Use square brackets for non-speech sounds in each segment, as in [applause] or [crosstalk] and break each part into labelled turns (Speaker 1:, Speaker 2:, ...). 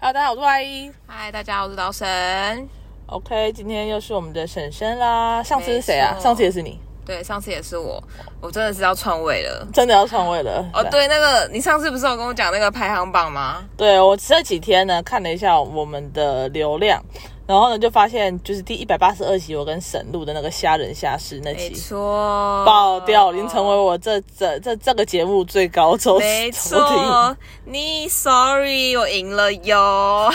Speaker 1: Hello，大家好，我是 Y。
Speaker 2: 嗨，大家好，我是刀神。
Speaker 1: OK，今天又是我们的婶婶啦。上次是谁啊？
Speaker 2: 没错
Speaker 1: 上次也是你，
Speaker 2: 对，上次也是我，我真的是要篡位了。
Speaker 1: 真的要篡位了。
Speaker 2: 哦，对，那个你上次不是有跟我讲那个排行榜吗？
Speaker 1: 对我这几天呢看了一下我们的流量，然后呢就发现就是第一百八十二集我跟沈录的那个虾仁虾事那
Speaker 2: 没
Speaker 1: 集。
Speaker 2: 错，
Speaker 1: 爆掉，已经成为我这这这这个节目最高收
Speaker 2: 没
Speaker 1: 收听。
Speaker 2: 错，你 sorry，我赢了哟。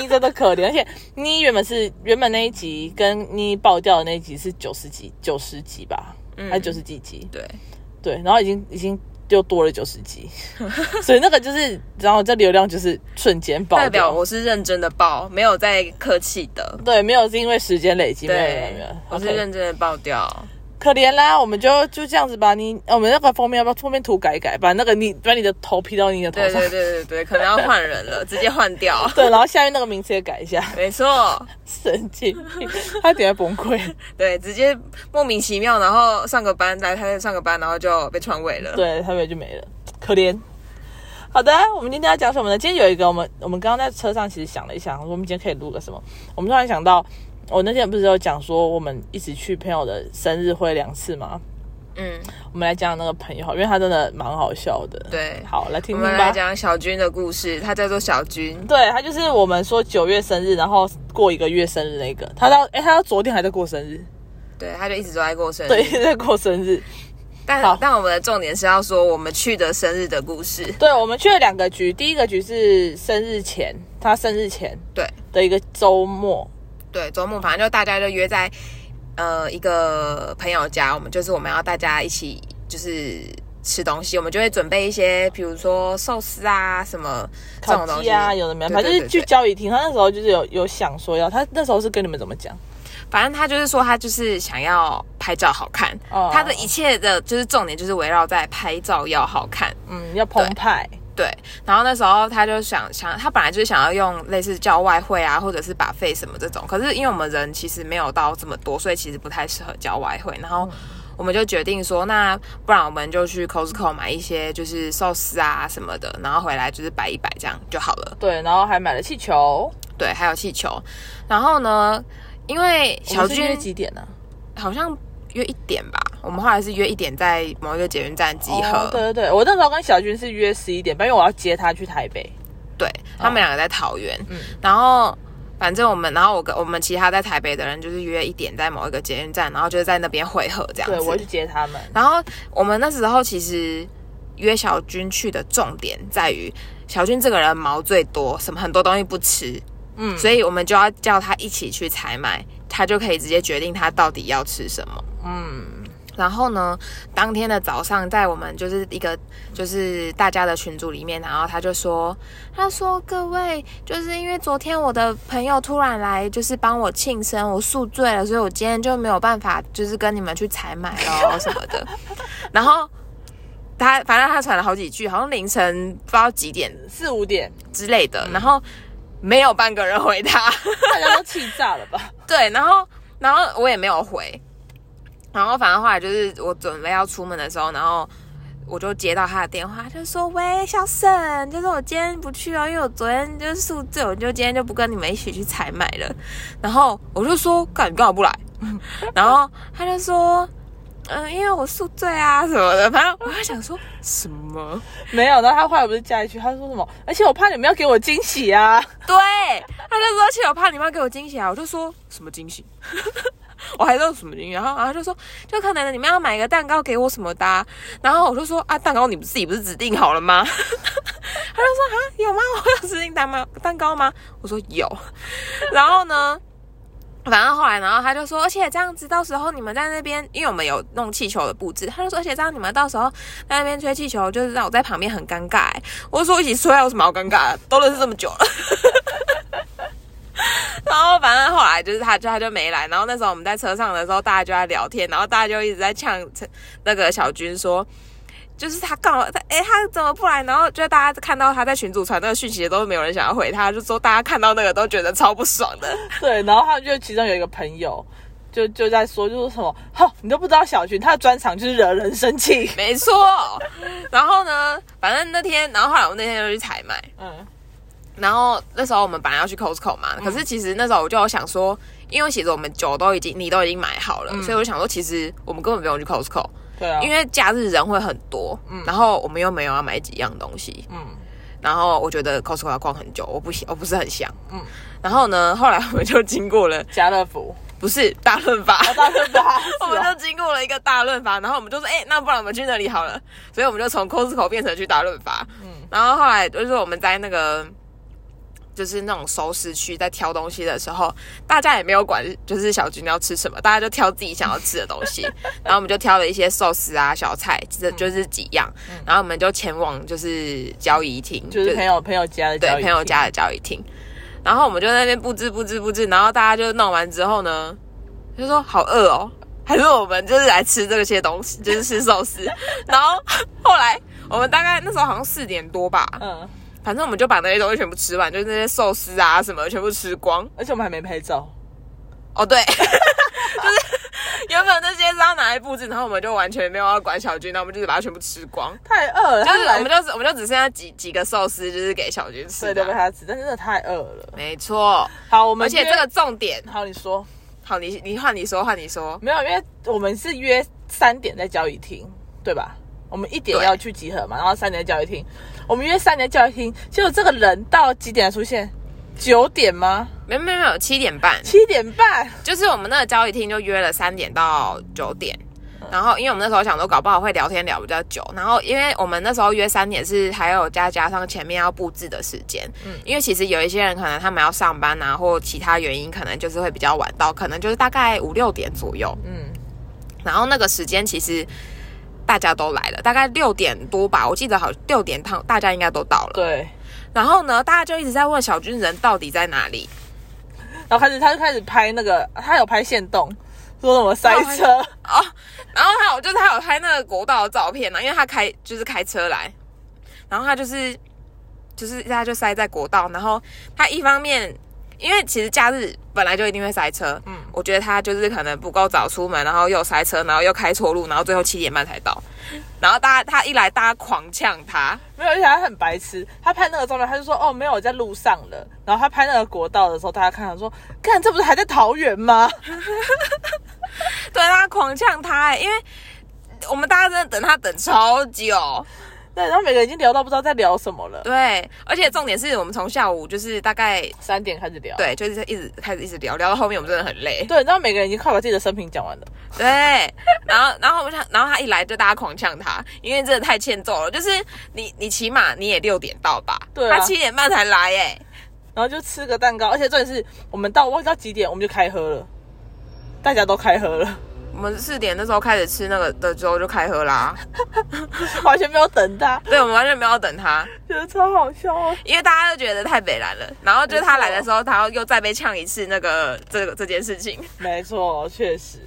Speaker 1: 妮真的可怜，而且妮原本是原本那一集跟妮爆掉的那一集是九十集九十集吧，
Speaker 2: 嗯
Speaker 1: 还是九十几集？
Speaker 2: 对，
Speaker 1: 对，然后已经已经又多了九十集， [laughs] 所以那个就是，然后这流量就是瞬间爆
Speaker 2: 代表
Speaker 1: 掉。
Speaker 2: 我是认真的爆，没有在客气的。
Speaker 1: 对，没有是因为时间累积，没有没有没
Speaker 2: 对
Speaker 1: 有，
Speaker 2: 我是
Speaker 1: OK
Speaker 2: 认真的爆掉。
Speaker 1: 可怜啦，我们就就这样子吧。你呃我们那个封面要不要封面图改一改，把那个你把你的头 P 到你的头
Speaker 2: 对
Speaker 1: 上，
Speaker 2: 对对对对，可能要换人了，直接换掉。
Speaker 1: 对，然后下面那个名字也改一下。 [laughs]
Speaker 2: 没错，
Speaker 1: 神经病，他点会崩溃。
Speaker 2: 对，直接莫名其妙，然后上个班，来他上个班，然后就被篡位
Speaker 1: [laughs]
Speaker 2: 了。
Speaker 1: 对，他们就没了，可怜。好的，我们今天要讲什么呢？今天有一个，我们我们刚刚在车上其实想了一想，我们今天可以录个什么？我们突然想到，我那天不是有讲说我们一起去朋友的生日会两次吗？
Speaker 2: 嗯，
Speaker 1: 我们来讲那个朋友好，因为他真的蛮好笑的。，
Speaker 2: 对。
Speaker 1: 好，来听
Speaker 2: 我
Speaker 1: 听
Speaker 2: 们来
Speaker 1: 吧。
Speaker 2: 讲小军的故事，他叫做小军。
Speaker 1: 对他就是我们说九月生日，然后过一个月生日那个，他到哎，他到昨天还在过生日，
Speaker 2: 对，他就一直都在过生
Speaker 1: 对，
Speaker 2: 日。
Speaker 1: 一直在过生日。
Speaker 2: 但
Speaker 1: 好
Speaker 2: 但我们的重点是要说我们去的生日的故事。
Speaker 1: 对，我们去了两个局，第一个局是生日前，他生日前
Speaker 2: 对
Speaker 1: 的一个周末，
Speaker 2: 对，周末反正就大家就约在呃一个朋友家，我们就是我们要大家一起就是吃东西，我们就会准备一些，比如说寿司啊什么这
Speaker 1: 烤
Speaker 2: 种东
Speaker 1: 鸡
Speaker 2: 西
Speaker 1: 啊，有的没有，
Speaker 2: 对
Speaker 1: 反正就
Speaker 2: 对
Speaker 1: 是
Speaker 2: 对
Speaker 1: 去
Speaker 2: 对
Speaker 1: 交易厅。他那时候就是有有想说要，他那时候是跟你们怎么讲？
Speaker 2: 反正他就是说，他就是想要拍照好看。
Speaker 1: 哦
Speaker 2: 他的一切的就是重点就是围绕在拍照要好看。
Speaker 1: 嗯，要澎湃，
Speaker 2: 对，然后那时候他就想想，他本来就是想要用类似叫外汇啊，或者是把费什么这种，可是因为我们人其实没有到这么多，所以其实不太适合叫外汇。然后
Speaker 1: 嗯
Speaker 2: 我们就决定说，那不然我们就去 Costco 买一些就是寿司啊什么的，然后回来就是摆一摆这样就好了。
Speaker 1: 对，然后还买了气球。
Speaker 2: 对，还有气球。然后呢，因为
Speaker 1: 我
Speaker 2: 小
Speaker 1: 们是约
Speaker 2: 军
Speaker 1: 几点呢、啊
Speaker 2: 好像约一点吧，我们后来是约一点在某一个捷运站集合，
Speaker 1: 哦对对对，我那时候跟小军是约十一点半，因为我要接他去台北。
Speaker 2: 对他们两个在桃园，
Speaker 1: 哦嗯
Speaker 2: 然后。反正我们，然后我跟我们其他在台北的人，就是约一点在某一个捷运站，然后就是在那边汇合这样
Speaker 1: 对，
Speaker 2: 子。
Speaker 1: 我会去接他们。
Speaker 2: 然后我们那时候其实约小军去的重点在于，小军这个人毛最多，什么很多东西不吃，
Speaker 1: 嗯
Speaker 2: 所以我们就要叫他一起去采买，他就可以直接决定他到底要吃什么。
Speaker 1: 嗯，
Speaker 2: 然后呢，当天的早上，在我们就是一个就是大家的群组里面，然后他就说，他说各位，就是因为昨天我的朋友突然来，就是帮我庆生，我宿醉了，所以我今天就没有办法，就是跟你们去采买咯什么的。然后他反正他传了好几句，好像凌晨不知道几点
Speaker 1: 四五点，
Speaker 2: 之类的，然后没有半个人回他。
Speaker 1: 大家都气炸了吧？ [laughs]
Speaker 2: [laughs] 对，然后然后我也没有回，然后反正后来就是我准备要出门的时候，然后我就接到他的电话，他就说喂小沈，就是我今天不去哦，因为我昨天就是宿醉，我就今天就不跟你们一起去采买了。然后我就说干你干嘛不来？ [laughs] 然后他就说。嗯，因为我宿醉啊什么的，反正我还想说什么？
Speaker 1: 没有，然后他后来不是加一句，他说什么？而且我怕你们要给我惊喜啊！ [laughs]
Speaker 2: [laughs] 对，他就说，而且我怕你妈给我惊喜啊，我就说什么惊喜， [laughs] 我还说什么惊喜，然后然后他就说，就可能你们要买个蛋糕给我什么的啊、然后我就说啊，蛋糕你自己不是指定好了吗？他 [laughs] 就说啊，有吗？我有指定蛋吗？蛋糕吗？我说有，然后呢？反正后来，然后他就说，而且这样子，到时候你们在那边，因为我们有弄气球的布置，他就说，而且这样你们到时候在那边吹气球，就是让我在旁边很尴尬、欸。我就说一起吹啊，有什么好尴尬的？都认识这么久了。 [laughs] 然后反正后来就是他就他就没来，然后那时候我们在车上的时候，大家就在聊天，然后大家就一直在呛陈那个小军说，就是他干嘛？他哎他怎么不来？然后就大家看到他在群组传那个讯息，都没有人想要回他，就说大家看到那个都觉得超不爽的。
Speaker 1: 对，然后他就其中有一个朋友，就就在说，就是什么，哈，你都不知道小群他的专长就是惹人生气。
Speaker 2: 没错，然后呢，反正那天，然后后来我们那天就去采买，
Speaker 1: 嗯，
Speaker 2: 然后那时候我们本来要去 Costco 嘛，可是其实那时候我就有想说，因为其实我们酒都已经你都已经买好了，所以我就想说，其实我们根本不用去 Costco，
Speaker 1: [laughs] 对啊，
Speaker 2: 因为假日人会很多，然后我们又没有要买几样东西，
Speaker 1: 嗯
Speaker 2: 然后我觉得 Costco 要逛很久，我不喜我不是很想，
Speaker 1: 嗯
Speaker 2: 然后呢，后来我们就经过了，
Speaker 1: 家乐福，
Speaker 2: 不是大润发。
Speaker 1: 大润发， [laughs] 是
Speaker 2: [laughs] 我们
Speaker 1: 哦
Speaker 2: 就经过了一个大润发，然后我们就说，哎、那不然我们去那里好了。所以我们就从 Costco 变成去大润发。嗯，然后后来就是我们在那个就是那种熟食区在挑东西的时候，大家也没有管就是小军要吃什么，大家就挑自己想要吃的东
Speaker 1: [laughs]
Speaker 2: 西。然后我们就挑了一些寿司啊、小菜，这
Speaker 1: 嗯
Speaker 2: 就是几样。然后我们就前往就是交易厅，
Speaker 1: 就是朋友朋友家的
Speaker 2: 对
Speaker 1: 交易
Speaker 2: 朋友
Speaker 1: 厅
Speaker 2: 家的交易厅。然后我们就在那边布置布置布置，然后大家就弄完之后呢，就说好饿哦，还是我们就是来吃这些东西， [laughs] 就是吃寿司。然后后来我们大概那时候好像四点多吧，
Speaker 1: 嗯，
Speaker 2: 反正我们就把那些东西全部吃完，就是那些寿司啊什么的全部吃光。
Speaker 1: 而且我们还没拍照，
Speaker 2: 哦，对， [laughs] 就是原本那些是要拿来布置，然后我们就完全没有要管小军，那我们就是把它全部吃光。
Speaker 1: 太饿了，
Speaker 2: 就
Speaker 1: 他
Speaker 2: 是我
Speaker 1: 来
Speaker 2: 们就我们就只剩下几几个寿司，就是给小军吃
Speaker 1: 对
Speaker 2: 的
Speaker 1: 对。被他吃，但真的太饿了。
Speaker 2: 没错，
Speaker 1: 好，我们
Speaker 2: 而且
Speaker 1: 约
Speaker 2: 这个重点，
Speaker 1: 好，你说
Speaker 2: 好，你你换你说，换你说。
Speaker 1: 没有？因为我们是约三点在交易厅，对吧？我们一点
Speaker 2: 对
Speaker 1: 要去集合嘛，然后三点在交易厅。我们约三点在交易厅，结果这个人到几点才出现？九点吗？
Speaker 2: 没有没有没有，七点半，
Speaker 1: 七点半？
Speaker 2: 就是我们那个交易厅就约了三点到九点。然后，因为我们那时候想说，搞不好会聊天聊比较久。然后，因为我们那时候约三点是还有加加上前面要布置的时间，嗯，因为其实有一些人可能他们要上班啊，或其他原因，可能就是会比较晚到，可能就是大概五六点左右。
Speaker 1: 嗯，
Speaker 2: 然后那个时间其实大家都来了，大概六点多吧，我记得好六点趟大家应该都到了。
Speaker 1: 对。
Speaker 2: 然后呢，大家就一直在问小军人到底在哪里。
Speaker 1: 然后开始，他就开始拍那个，他有拍线动，说什么塞车，
Speaker 2: 哦，然后他有就是他有拍那个国道的照片呢、因为他开就是开车来，然后他就是就是他就塞在国道，然后他一方面因为其实假日本来就一定会塞车，嗯，我觉得他就是可能不够早出门，然后又塞车，然后又开错路，然后最后七点半才到，然后大家他一来大家狂呛他，
Speaker 1: 没有，而且他很白痴，他拍那个照片，他就说哦没有，我在路上了。然后他拍那个国道的时候，大家看他说，看这不是还在桃园吗？ [laughs]
Speaker 2: 对他狂呛他、欸，因为我们大家真的等他等超久。
Speaker 1: 对，然后每个人已经聊到不知道在聊什么了，
Speaker 2: 对，而且重点是我们从下午就是大概
Speaker 1: 三点开始聊，
Speaker 2: 对，就是一直开始一直聊，聊到后面我们真的很
Speaker 1: [laughs]
Speaker 2: 累。
Speaker 1: 对，然后每个人已经快把自己的生平讲完了，
Speaker 2: 对，然后然后我想，然后他一来就大家狂呛他，因为真的太欠揍了。就是你你起码你也六点到吧？
Speaker 1: 对啊
Speaker 2: 他七点半才来哎、
Speaker 1: 然后就吃个蛋糕，而且重点是我们到忘记到几点，我们就开喝了，大家都开喝了， [laughs]
Speaker 2: 我们四点那时候开始吃那个的时候就开喝啦，
Speaker 1: 完全没有等他，
Speaker 2: 对，我们完全没有等他，
Speaker 1: 觉得超好笑啊！
Speaker 2: 因为大家都觉得太北蓝了。然后就是他来的时候，他又再被呛一次那个这个这件事情。
Speaker 1: 没错，确实。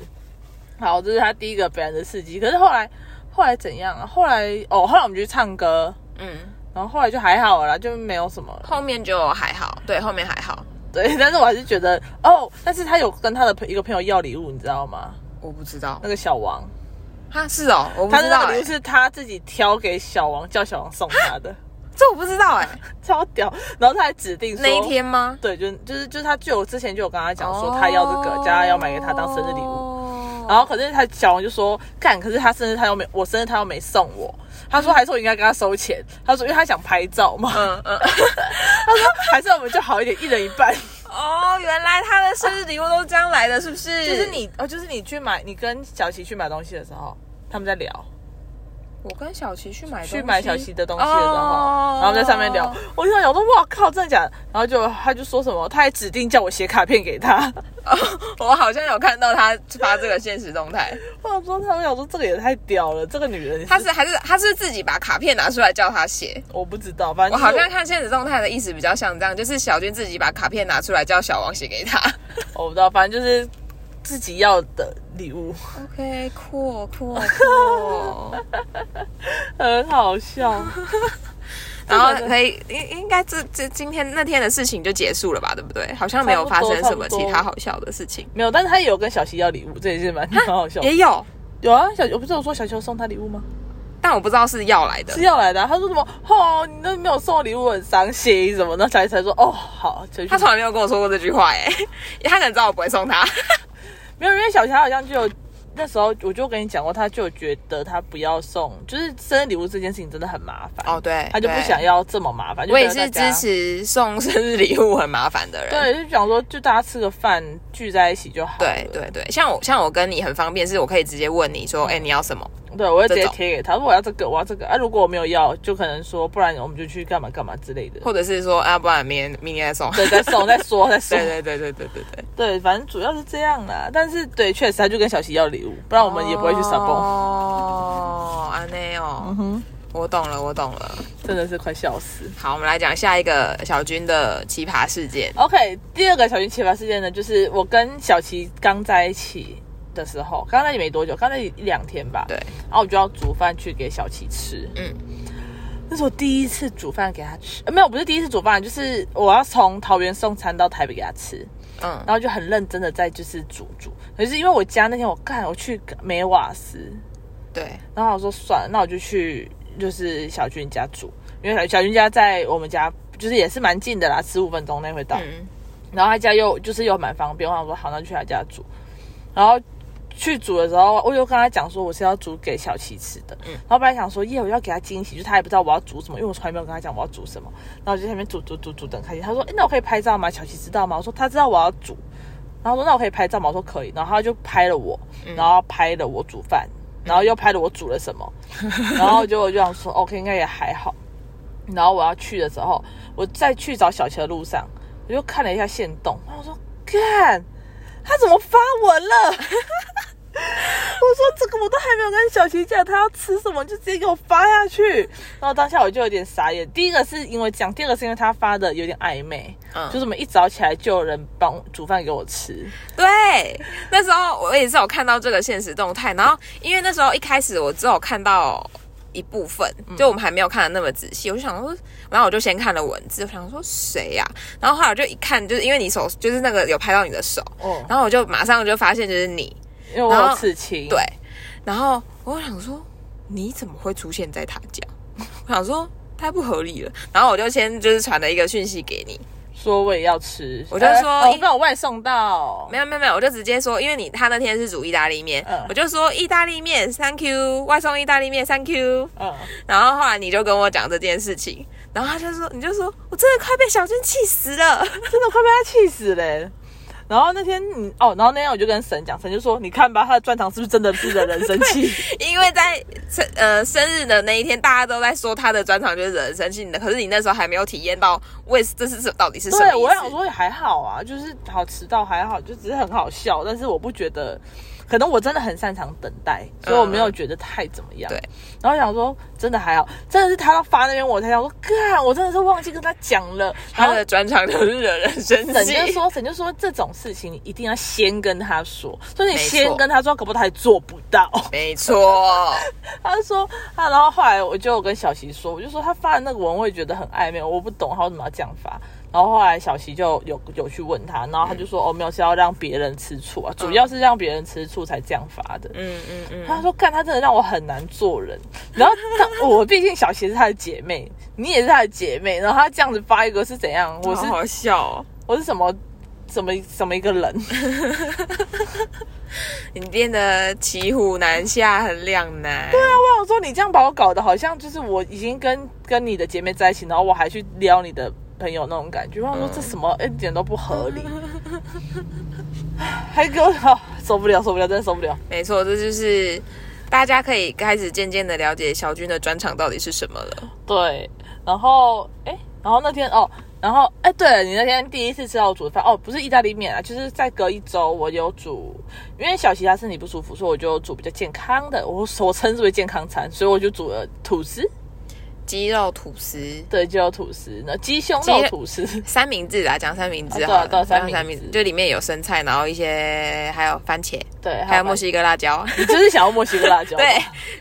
Speaker 1: 好，这是他第一个表演的刺激。可是后来，后来怎样啊？后来哦，后来我们去唱歌，
Speaker 2: 嗯，
Speaker 1: 然后后来就还好了啦，就没有什么了。 [laughs]
Speaker 2: 后面就还好，对，后面还好。
Speaker 1: 对，但是我还是觉得哦，但是他有跟他的朋一个朋友要礼物，你知道吗？
Speaker 2: 我不知道
Speaker 1: 那个小王，
Speaker 2: 啊，是哦，我不
Speaker 1: 他
Speaker 2: 知
Speaker 1: 的
Speaker 2: 道、
Speaker 1: 那个礼
Speaker 2: 欸
Speaker 1: 物，是他自己挑给小王，叫小王送他
Speaker 2: [laughs]
Speaker 1: 的，
Speaker 2: 这我不知道哎、
Speaker 1: 超屌。然后他还指定说
Speaker 2: 那一。天吗？
Speaker 1: 对，就就是就是他就有之前就有跟他讲说他要这
Speaker 2: 哦
Speaker 1: 个，叫他要买给他当生日礼物。
Speaker 2: 物
Speaker 1: 然后可是他小王就说干，可是他生日他又没我生日他又没送我，他说还是我应该跟他收钱，他说因为他想拍照嘛，
Speaker 2: [laughs] 嗯嗯，
Speaker 1: 他说还是我们就好一点，一人一半。
Speaker 2: 哦，原来他的生日礼物都是这样来的，是不是？
Speaker 1: 就是，你哦，就是你去买，你跟小琪去买东西的时候，他们在聊，
Speaker 2: 我跟小琪去买东西
Speaker 1: 去买小琪的东西的时候，然后在上面聊
Speaker 2: 哦，
Speaker 1: 我就想我说哇靠，真的假的？然后就他就说什么，他还指定叫我写卡片给他。
Speaker 2: [laughs]
Speaker 1: [laughs]
Speaker 2: 我好像有看到他发这个现实
Speaker 1: [laughs]
Speaker 2: 动态，
Speaker 1: 我想说，他想说这个也太屌了，这个女人
Speaker 2: 他是还是他是自己把卡片拿出来叫他写。
Speaker 1: 我不知道，反
Speaker 2: 我
Speaker 1: 正
Speaker 2: 好
Speaker 1: 就是
Speaker 2: 像看现实动态的意思比较像这样，就是小军自己把卡片拿出来叫小王写给
Speaker 1: [laughs]
Speaker 2: 他。
Speaker 1: 我不知道，反正就是自己要的礼物， [laughs]
Speaker 2: OK，酷哦酷哦酷。
Speaker 1: 很好笑。
Speaker 2: 然后可以应应该这这今天那天的事情就结束了吧，对不对？好像没有发生什么其他好笑的事情，
Speaker 1: 没有，但是他也有跟小琪要礼物，这也是蛮蛮好笑的。
Speaker 2: 也有
Speaker 1: 有啊，小我不是有说小琪有送他礼物吗？
Speaker 2: 但我不知道是要来的
Speaker 1: 是。要来的啊、他说什么？哦，你那没有送我礼物，我很伤心什么？那小孩才说，哦，好，就去
Speaker 2: 他从来没有跟我说过这句话、欸，哎， [laughs] 他可能知道我不会送他。
Speaker 1: 没有，因为小霞好像就有那时候我就跟你讲过，他就觉得他不要送，就是生日礼物这件事情真的很麻烦，
Speaker 2: 哦， [laughs] 对，
Speaker 1: 他就不
Speaker 2: 对
Speaker 1: 想。要这么麻烦。就
Speaker 2: 我也
Speaker 1: 觉得
Speaker 2: 是
Speaker 1: 大家
Speaker 2: 支。持送生日礼物很麻烦的人。
Speaker 1: 对，就想说就大家吃个饭聚在一起就好了。
Speaker 2: 对对对，像我像我跟你很方便，是我可以直接问你说，哎、你要什么？
Speaker 1: 对，我会直接
Speaker 2: 这种
Speaker 1: 贴给他，说我要这个，我要这个。啊，如果我没有要，就可能说，不然我们就去干嘛干嘛之类
Speaker 2: [laughs]
Speaker 1: 的。
Speaker 2: 或者是说，啊，不然明天明天再送。
Speaker 1: 对，再送，再说，再说。
Speaker 2: 对对对对对对对，
Speaker 1: 对，反正主要是这样啦。但是对，确实他就跟小琪要礼物，不然我们也不会去扫蹦。
Speaker 2: 哦，安内哦，
Speaker 1: 哼，
Speaker 2: 我懂了，我懂了。
Speaker 1: 真的是快笑死。
Speaker 2: 好，我们来讲下一个小军的奇葩事件。
Speaker 1: OK，第二个小琪奇葩事件呢，就是我跟小琪刚在一起的时候，刚在一起没多久，刚在一起一两天吧。
Speaker 2: 对，
Speaker 1: 然后我就要煮饭去给小琪吃。
Speaker 2: 嗯，
Speaker 1: 那是我第一次煮饭给他吃，呃没有，不是第一次煮饭，就是我要从桃园送餐到台北给他吃。
Speaker 2: 嗯，
Speaker 1: 然后就很认真的在就是煮煮。可是因为我家那天我看我去没瓦斯，
Speaker 2: 对，
Speaker 1: 然后我说算了，那我就去就是小军家煮，因为小小军家在我们家就是也是蛮近的啦，十五分钟内会到。
Speaker 2: 嗯，
Speaker 1: 然后他家又就是又蛮方便，我想说好，那就去他家煮。然后去煮的时候，我又跟他讲说我是要煮给小琪吃的。
Speaker 2: 嗯
Speaker 1: 然后本来想说耶，我要给他惊喜，就他也不知道我要煮什么，因为我从来没有跟他讲我要煮什么。然后我就在那边煮煮煮煮等开心。他说：“哎，那我可以拍照吗？小琪知道吗？”我说：“他知道我要煮。”然后说：“那我可以拍照吗？”我说：“可以。”然后他就拍了我，然后拍了我煮饭，然后又拍了我煮了什么，然后就我就想说 OK，应该也还好。然后我要去的时候，我再去找小琪的路上，我就看了一下线动，然后我说看他怎么发文了。 [laughs] 我说这个我都还没有跟小琪讲，他要吃什么就直接给我发下去。然后当下我就有点傻眼。第一个是因为这样，第二个是因为他发的有点暧昧，
Speaker 2: 嗯
Speaker 1: 就是我们一早起来就有人帮我煮饭给我吃。
Speaker 2: 对，那时候我也是有看到这个现实动态，然后因为那时候一开始我只有看到一部分，就我们还没有看的那么仔细，我就想说，然后我就先看了文字，我想说谁呀、然后后来我就一看，就是因为你手就是那个有拍到你的手，
Speaker 1: 哦，
Speaker 2: 然后我就马上就发现就是你，
Speaker 1: 因为我
Speaker 2: 然
Speaker 1: 有
Speaker 2: 后
Speaker 1: 刺青。
Speaker 2: 对，然后我想说你怎么会出现在他家？ [laughs] 我想说太不合理了，然后我就先就是传了一个讯息给你，
Speaker 1: 说我也要吃，
Speaker 2: 我就说
Speaker 1: 呃哦，那我外送到
Speaker 2: 没。有没有没有，我就直接说，因为你他那天是煮意大利面，
Speaker 1: 嗯
Speaker 2: 我就说意大利面，thank you，外送意大利面，thank you。
Speaker 1: 嗯，
Speaker 2: 然后后来你就跟我讲这件事情，然后他就说，你就说我真的快被小军气死了。 [laughs]
Speaker 1: 真的快被他气死嘞、然后那天你哦，然后那天我就跟神讲，神就说：“你看吧，他的专长是不是真的是惹人生气？
Speaker 2: 因为在生呃生日的那一天，大家都在说他的专场就是惹人生气的，可是你那时候还没有体验到为这是什到底 [laughs] 是什么意
Speaker 1: 对，
Speaker 2: 思。
Speaker 1: 我想说也还好啊，就是好迟到还好，就只是很好笑，但是我不觉得，可能我真的很擅长等待，所以我没有觉得太怎么样。
Speaker 2: 嗯对，
Speaker 1: 然后想说真的还好，真的是他要发那边我才想说，干，我真的是忘记跟他讲了。然
Speaker 2: 他
Speaker 1: 后
Speaker 2: 的专场就是惹人生
Speaker 1: 沈
Speaker 2: 气。
Speaker 1: 就说，沈就说这种事情你一定要先跟他说，所以你
Speaker 2: 没错
Speaker 1: 先跟他说，搞不好他还做不到。
Speaker 2: 没错，
Speaker 1: 他就说他，然后后来我就有跟小琪说，我就说他发的那个文，我也觉得很暧昧，我不懂他为什么要这样发。然后后来小琪就有有去问他，然后他就说、哦，没有是要让别人吃醋啊，主要是让别人吃醋才这样发的。
Speaker 2: 嗯嗯嗯，
Speaker 1: 他说干，他真的让我很难做人。然后他我毕竟小琪是他的姐妹，你也是他的姐妹，然后他这样子发一个是怎样？我是
Speaker 2: 好好笑、哦。
Speaker 1: 我是什么什么什么一个人？
Speaker 2: 你变得骑虎难下很两难。对啊，
Speaker 1: 我想说，你这样把我搞得好像就是我已经跟跟你的姐妹在一起，然后我还去撩你的朋友那种感觉。我想
Speaker 2: 嗯
Speaker 1: 说这什么、哎一点都不合理， [laughs] 还给我好受不了，受不了，真的受不了。
Speaker 2: 没错，这就是大家可以开始渐渐的了解小军的专场到底是什么了。
Speaker 1: 对，然后哎，然后那天哦，然后哎，对了，你那天第一次吃到我煮的饭哦，不是意大利面啊，就是再隔一周我有煮，因为小琪她身体不舒服，所以我就煮比较健康的，我我称之为健康餐，所以我就煮了吐司，
Speaker 2: 鸡肉吐司、
Speaker 1: 对，就有吐司，那鸡胸
Speaker 2: 鸡
Speaker 1: 肉
Speaker 2: 肉
Speaker 1: 吐司。
Speaker 2: [laughs] 三明治啊，讲三明治
Speaker 1: 啊
Speaker 2: 好了，
Speaker 1: 对啊对啊三
Speaker 2: 讲
Speaker 1: 明
Speaker 2: 三
Speaker 1: 治
Speaker 2: 明就里面有生菜，然后一些还有番茄，
Speaker 1: [laughs] 对，
Speaker 2: 还有墨
Speaker 1: 蛮
Speaker 2: [laughs] 西哥辣椒。
Speaker 1: 你就是想要墨西哥辣椒。
Speaker 2: 对，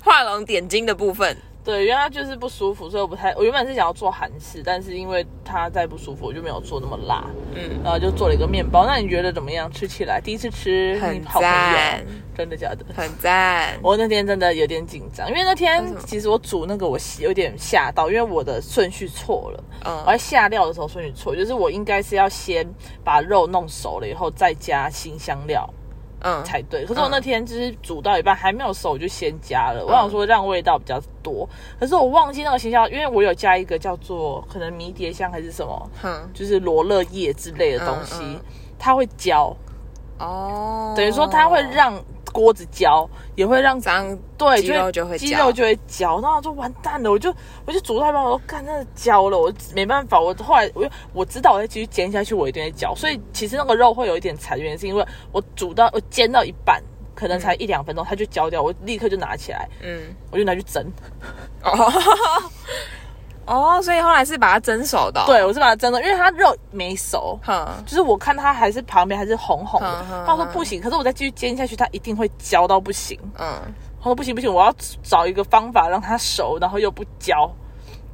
Speaker 2: 画龙点睛的部分，
Speaker 1: 对，原来就是不舒服，所以我不太，我原本是想要做韩式，但是因为它再不舒服，我就没有做那么辣，
Speaker 2: 嗯，
Speaker 1: 然后就做了一个面包。那你觉得怎么样？吃起来第一次吃，
Speaker 2: 很
Speaker 1: 你好朋
Speaker 2: 赞
Speaker 1: 友，真的假的？
Speaker 2: 很赞。
Speaker 1: 我那天真的有点紧张，因为那天
Speaker 2: 为什么
Speaker 1: 其实我煮那个我有点吓到，因为我的顺序错了。我
Speaker 2: 嗯
Speaker 1: 在下料的时候顺序错，就是我应该是要先把肉弄熟了以后再加新香料
Speaker 2: 嗯，
Speaker 1: 才对。可是我那天就是煮到一半还没有熟，我就先加
Speaker 2: 嗯
Speaker 1: 了。我想说让味道比较多，可是我忘记那个新香料，因为我有加一个叫做可能迷迭香还是什么，
Speaker 2: 哼，
Speaker 1: 就是罗勒叶之类的东西，
Speaker 2: 嗯嗯
Speaker 1: 它会焦，
Speaker 2: 哦，
Speaker 1: 等于说它会让锅子焦，也会让
Speaker 2: 这样
Speaker 1: 对，
Speaker 2: 肌肉就会
Speaker 1: 肌
Speaker 2: 焦
Speaker 1: 肉就会焦，然后我就完蛋了，我就我就煮到一半，我说干，真的焦了，我没办法，我后来我就我知道我再哎继续煎下去，我一定会焦，所以其实那个肉会有一点残原因，是因为我煮到我煎到一半，可能才一两分钟，它就焦掉，我立刻就拿起来，
Speaker 2: 嗯，
Speaker 1: 我就拿去蒸，
Speaker 2: 哦哦，所以后来是把它蒸熟的哦、
Speaker 1: 对我是把它蒸了，因为它肉没熟。
Speaker 2: 哼，
Speaker 1: 就是我看它还是旁边还是红红的
Speaker 2: 嗯嗯，嗯
Speaker 1: 他说不行，可是我再继续煎下去，它一定会焦到不行。
Speaker 2: 嗯，
Speaker 1: 他说不行不行，我要找一个方法让它熟，然后又不焦。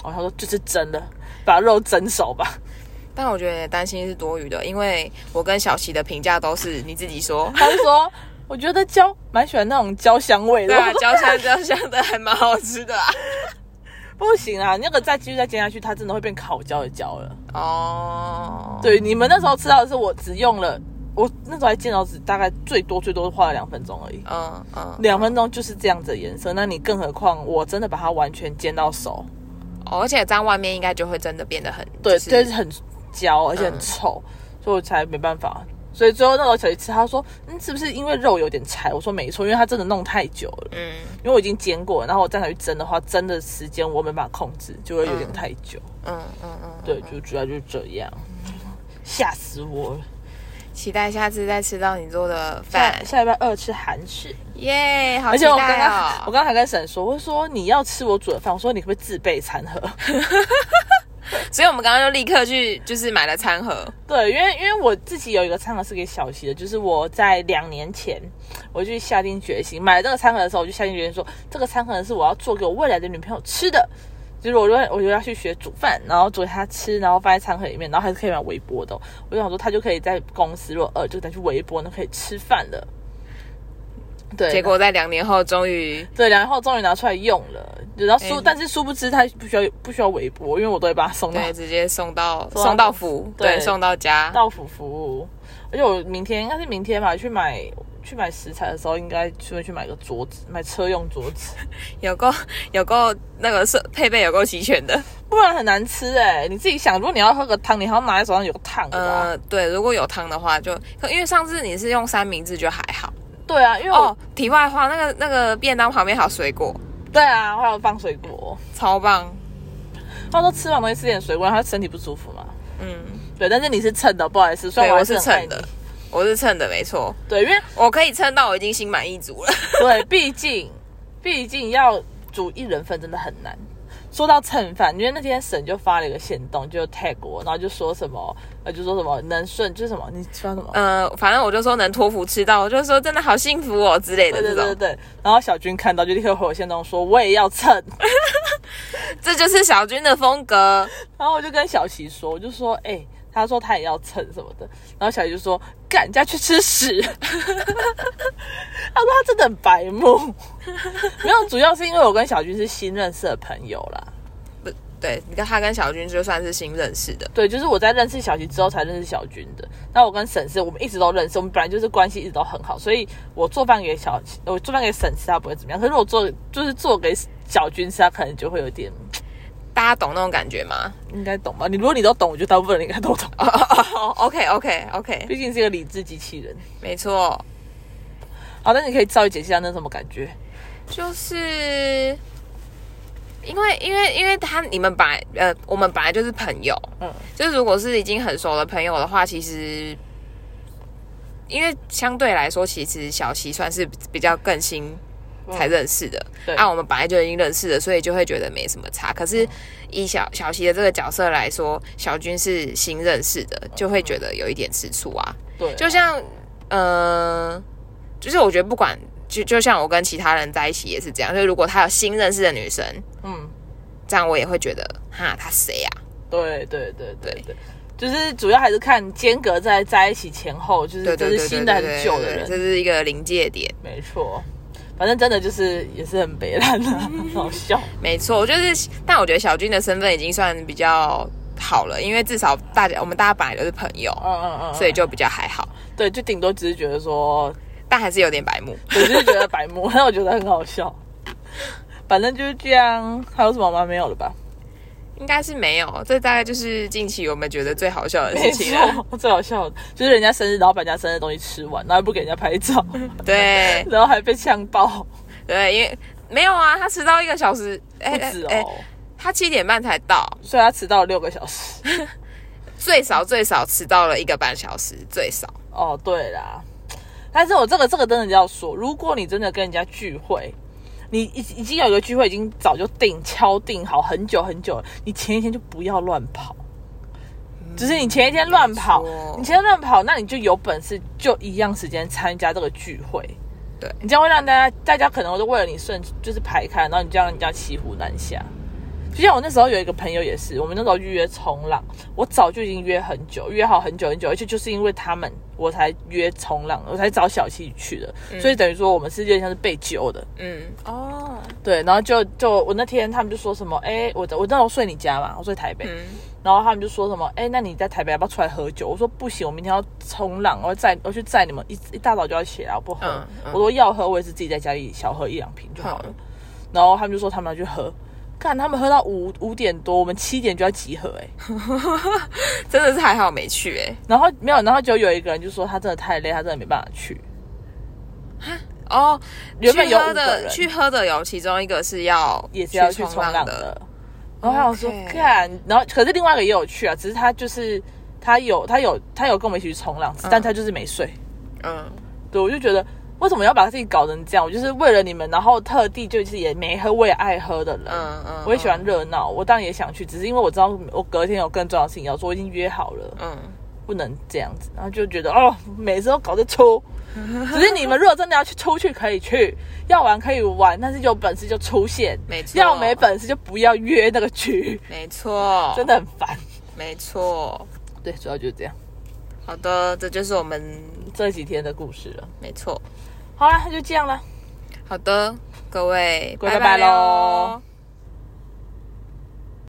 Speaker 1: 哦，他说就是蒸了，把肉蒸熟吧。 [laughs]
Speaker 2: 但我觉得担心是多余的，因为我跟小琪的评价都是你自
Speaker 1: [laughs]。
Speaker 2: 己说
Speaker 1: 他就说，我觉得焦蛮喜欢那种焦香味的。
Speaker 2: 对啊
Speaker 1: 我，说
Speaker 2: 焦香焦香的还蛮好吃的啊。
Speaker 1: [laughs] 不行啊，那个再继续再煎下去，它真的会变烤焦的焦了。
Speaker 2: 哦，，
Speaker 1: 对，你们那时候吃到的是我只用了，我那时候还煎到只大概最多最多花了两分钟而已。
Speaker 2: 嗯嗯，
Speaker 1: 两分钟就是这样子的颜色，那你更何况我真的把它完全煎到熟，
Speaker 2: 哦而且这样外面应该就会真的变得很
Speaker 1: 对，
Speaker 2: 就是嗯
Speaker 1: 就是很焦，而且很臭，所以我才没办法。所以最后那时候小姨吃，她说：“嗯，是不是因为肉有点柴？”我说：“没错，因为它真的弄太久了，
Speaker 2: 嗯
Speaker 1: 因为我已经煎过了，然后我再拿去蒸的话，蒸的时间我没办法控制，就会有点太久。
Speaker 2: 嗯嗯嗯，
Speaker 1: 对，就主要就是这样，吓死我了！
Speaker 2: 期待下次再吃到你做的
Speaker 1: 下
Speaker 2: 饭，
Speaker 1: 下礼拜二吃韩式，
Speaker 2: 耶！好
Speaker 1: 而
Speaker 2: 期
Speaker 1: 且我刚
Speaker 2: 待
Speaker 1: 刚、我
Speaker 2: 哦。
Speaker 1: 刚刚还跟沈说，我说你要吃我煮的饭，我说你可不可以自备餐盒？
Speaker 2: 所以我们刚刚就立刻去就是买了餐盒，
Speaker 1: 对，因为因为我自己有一个餐盒是给小溪的，就是我在两年前我就下定决心买了这个餐盒的时候，我就下定决心说，这个餐盒是我要做给我未来的女朋友吃的。就是我就我就要去学煮饭，然后煮给她吃，然后放在餐盒里面，然后还是可以买微波的哦、我就想说，她就可以在公司，如果饿就再去微波，那可以吃饭了。对，
Speaker 2: 结果在两年后终于
Speaker 1: 对，然后终于拿出来用了。然后殊，
Speaker 2: 哎
Speaker 1: 但是殊不知她不需要不需要微波，因为我都会把它送到
Speaker 2: 对直接送到
Speaker 1: 送到
Speaker 2: 送到府，
Speaker 1: 对
Speaker 2: 对送到家，
Speaker 1: 到府服务，而且我明天应该是明天吧，去买去买食材的时候，应该去会去买个桌子，买车用桌子， [laughs]
Speaker 2: 有够有够那个设配备有够齐全的。
Speaker 1: 不然很难吃哎、你自己想，如果你要喝个汤，你还要拿在手上有个烫的吧？
Speaker 2: 呃，对，如果有汤的话就，可因为上次你是用三明治就还好。
Speaker 1: 对啊，因为我、
Speaker 2: 哦，题外话，那个那个便当旁边还有水果，
Speaker 1: 对啊，还有放水果，
Speaker 2: 超棒。
Speaker 1: 他说吃完东西吃点水果，然后身体不舒服嘛。
Speaker 2: 嗯，
Speaker 1: 对，但是你是称的，不好意思，虽然
Speaker 2: 对，我
Speaker 1: 还
Speaker 2: 是
Speaker 1: 很爱
Speaker 2: 称的
Speaker 1: 你，
Speaker 2: 我是称的，没错，
Speaker 1: 对，因为
Speaker 2: 我可以称到我已经心满意足了。
Speaker 1: [laughs]
Speaker 2: [laughs]
Speaker 1: 对，毕竟毕竟要煮一人份真的很难。说到蹭饭，因为那天沈就发了一个线动，就 tag 我，然后就说什么，呃，就说什么能顺，就是什么，你说什么？
Speaker 2: 呃，反正我就说能托福吃到，我就说真的好幸福哦之类的
Speaker 1: 对
Speaker 2: 这
Speaker 1: 对
Speaker 2: 种，
Speaker 1: 对对对。然后小军看到就立刻回我线动说我也要蹭， [laughs]
Speaker 2: 这就是小军的风格。
Speaker 1: 然后我就跟小琪说，我就说，哎、他说他也要蹭什么的，然后小琪就说赶人家去吃屎， [laughs] 他说他真的很白目， [laughs] 没有，主要是因为我跟小军是新认识的朋友啦。
Speaker 2: 不对，你跟他跟小军就算是新认识的，
Speaker 1: 对，就是我在认识小琪之后才认识小军的。那我跟沈是我们一直都认识，我们本来就是关系一直都很好，所以我做饭给小琪，我做饭给沈吃，他不会怎么样。可是我做就是做给小军吃，他可能就会有点
Speaker 2: 大家懂那种感觉吗？
Speaker 1: 应该懂吧？你如果你都懂，我觉得大部分人应该都懂，
Speaker 2: 哦哦哦，OK OK OK，
Speaker 1: 毕竟是一个理智机器人。
Speaker 2: 没错，
Speaker 1: 好，那你可以稍微解释一下那什么感觉？
Speaker 2: 就是因为因为因为他你们本来呃我们本来就是朋友，
Speaker 1: 嗯
Speaker 2: 就是如果是已经很熟的朋友的话，其实因为相对来说，其实小齐算是比较更新。才认识的，
Speaker 1: 对
Speaker 2: 啊，我们本来就已经认识了，所以就会觉得没什么差。可是以小小齐的这个角色来说，小军是新认识的，就会觉得有一点吃醋啊。
Speaker 1: 对，
Speaker 2: 就像，呃，就是我觉得不管就就像我跟其他人在一起也是这样，就如果他有新认识的女生，
Speaker 1: 嗯，
Speaker 2: 这样我也会觉得哈，他谁啊呀、
Speaker 1: 对对对对对，就是主要还是看间隔在在一起前后，就是
Speaker 2: 对
Speaker 1: 这
Speaker 2: 对
Speaker 1: 是
Speaker 2: 对，
Speaker 1: 新的还
Speaker 2: 对对
Speaker 1: 是
Speaker 2: 对
Speaker 1: 旧的
Speaker 2: 对
Speaker 1: 人，
Speaker 2: 这是一个临界点。
Speaker 1: 没错。反正真的就是也是很悲惨的， [laughs] 很好笑。
Speaker 2: 没错，我就是，但我觉得小军的身份已经算比较好了，因为至少大家我们大家本来都是朋友，
Speaker 1: 嗯嗯嗯，
Speaker 2: 所以就比较还好，
Speaker 1: 对，就顶多只是觉得说，
Speaker 2: 但还是有点白目。
Speaker 1: 我就是觉得白目，但 [laughs] 我觉得很好笑。反正就是这样，还有什么吗？没有了吧？
Speaker 2: 应该是没有，这大概就是近期我们觉得最好笑的事情了。
Speaker 1: 错， [laughs] 最好笑的就是人家生日，然后把人家生日的东西吃完，然后又不给人家拍照，
Speaker 2: 哎对
Speaker 1: 然后还被呛爆，
Speaker 2: 对，因为没有啊，他迟到一个小时，哎
Speaker 1: 不止哦。
Speaker 2: 他七点半才到，
Speaker 1: 所以他迟到了六个小时。
Speaker 2: 最少最少迟到了一个半小时，最少。
Speaker 1: 哦，对啦，但是我这个这个真的要说，如果你真的跟人家聚会，你已已经有一个聚会已经早就定敲定好很久很久了，你前一天就不要乱跑。只是你前一天乱跑
Speaker 2: 嗯没错，
Speaker 1: 你前一天乱跑，那你就有本事就一样时间参加这个聚会。
Speaker 2: 对
Speaker 1: 你这样会让大家大家可能都为了你顺就是排开，然后你就让人家骑虎难下。就像我那时候有一个朋友也是，我们那时候预约冲浪，我早就已经约很久，约好很久很久，而且就是因为他们我才约冲浪，我才找小七去的，所以等于说我们是有点像是被揪的，
Speaker 2: 嗯，哦，
Speaker 1: 对，然后就就我那天他们就说什么，哎、我我那时候睡你家嘛，我睡台北，
Speaker 2: 嗯，
Speaker 1: 然后他们就说什么，哎、那你在台北要不要出来喝酒？我说不行，我明天要冲浪，我要载我去载你们，一一大早就要起来，我不喝。
Speaker 2: 嗯嗯
Speaker 1: 我说要喝，我也是自己在家里小喝一两瓶就好了。
Speaker 2: 嗯
Speaker 1: 然后他们就说他们要去喝，看他们喝到五五点多，我们七点就要集合、哎，
Speaker 2: 真的是还好没去哎、
Speaker 1: 然后没有，然后就有一个人就说他真的太累，他真的没办法去。
Speaker 2: 哦，
Speaker 1: 原本有
Speaker 2: 去喝
Speaker 1: 五个
Speaker 2: 的
Speaker 1: 人
Speaker 2: 去喝的有其中一个是要
Speaker 1: 也是要去冲
Speaker 2: 冲
Speaker 1: 浪
Speaker 2: 的，
Speaker 1: 的。然后我想说
Speaker 2: OK
Speaker 1: 看然后可是另外一个也有去啊，只是他就是他有他有他有跟我们一起去冲浪，但他就是没睡。
Speaker 2: 嗯，
Speaker 1: 对，我就觉得为什么要把自己搞成这样？我就是为了你们，然后特地就是也没喝，我也爱喝的人。
Speaker 2: 嗯嗯
Speaker 1: 我也喜欢热闹，我当然也想去，只是因为我知道我隔天有更重要的事情要做，我已经约好了，
Speaker 2: 嗯，
Speaker 1: 不能这样子，然后就觉得哦，每次都搞得出。只是你们如果真的要去出去，可以去，要玩可以玩，但是有本事就出现，
Speaker 2: 没错
Speaker 1: 要没本事就不要约那个局，
Speaker 2: 没错，
Speaker 1: 真的很烦。
Speaker 2: 没错。
Speaker 1: 对，主要就是这样，
Speaker 2: 好的，这就是我们
Speaker 1: 这几天的故事了。
Speaker 2: 没错。
Speaker 1: 好啦，那就这样啦。
Speaker 2: 好的，各位，
Speaker 1: 各位
Speaker 2: 拜
Speaker 1: 拜拜
Speaker 2: 喽
Speaker 1: 喽。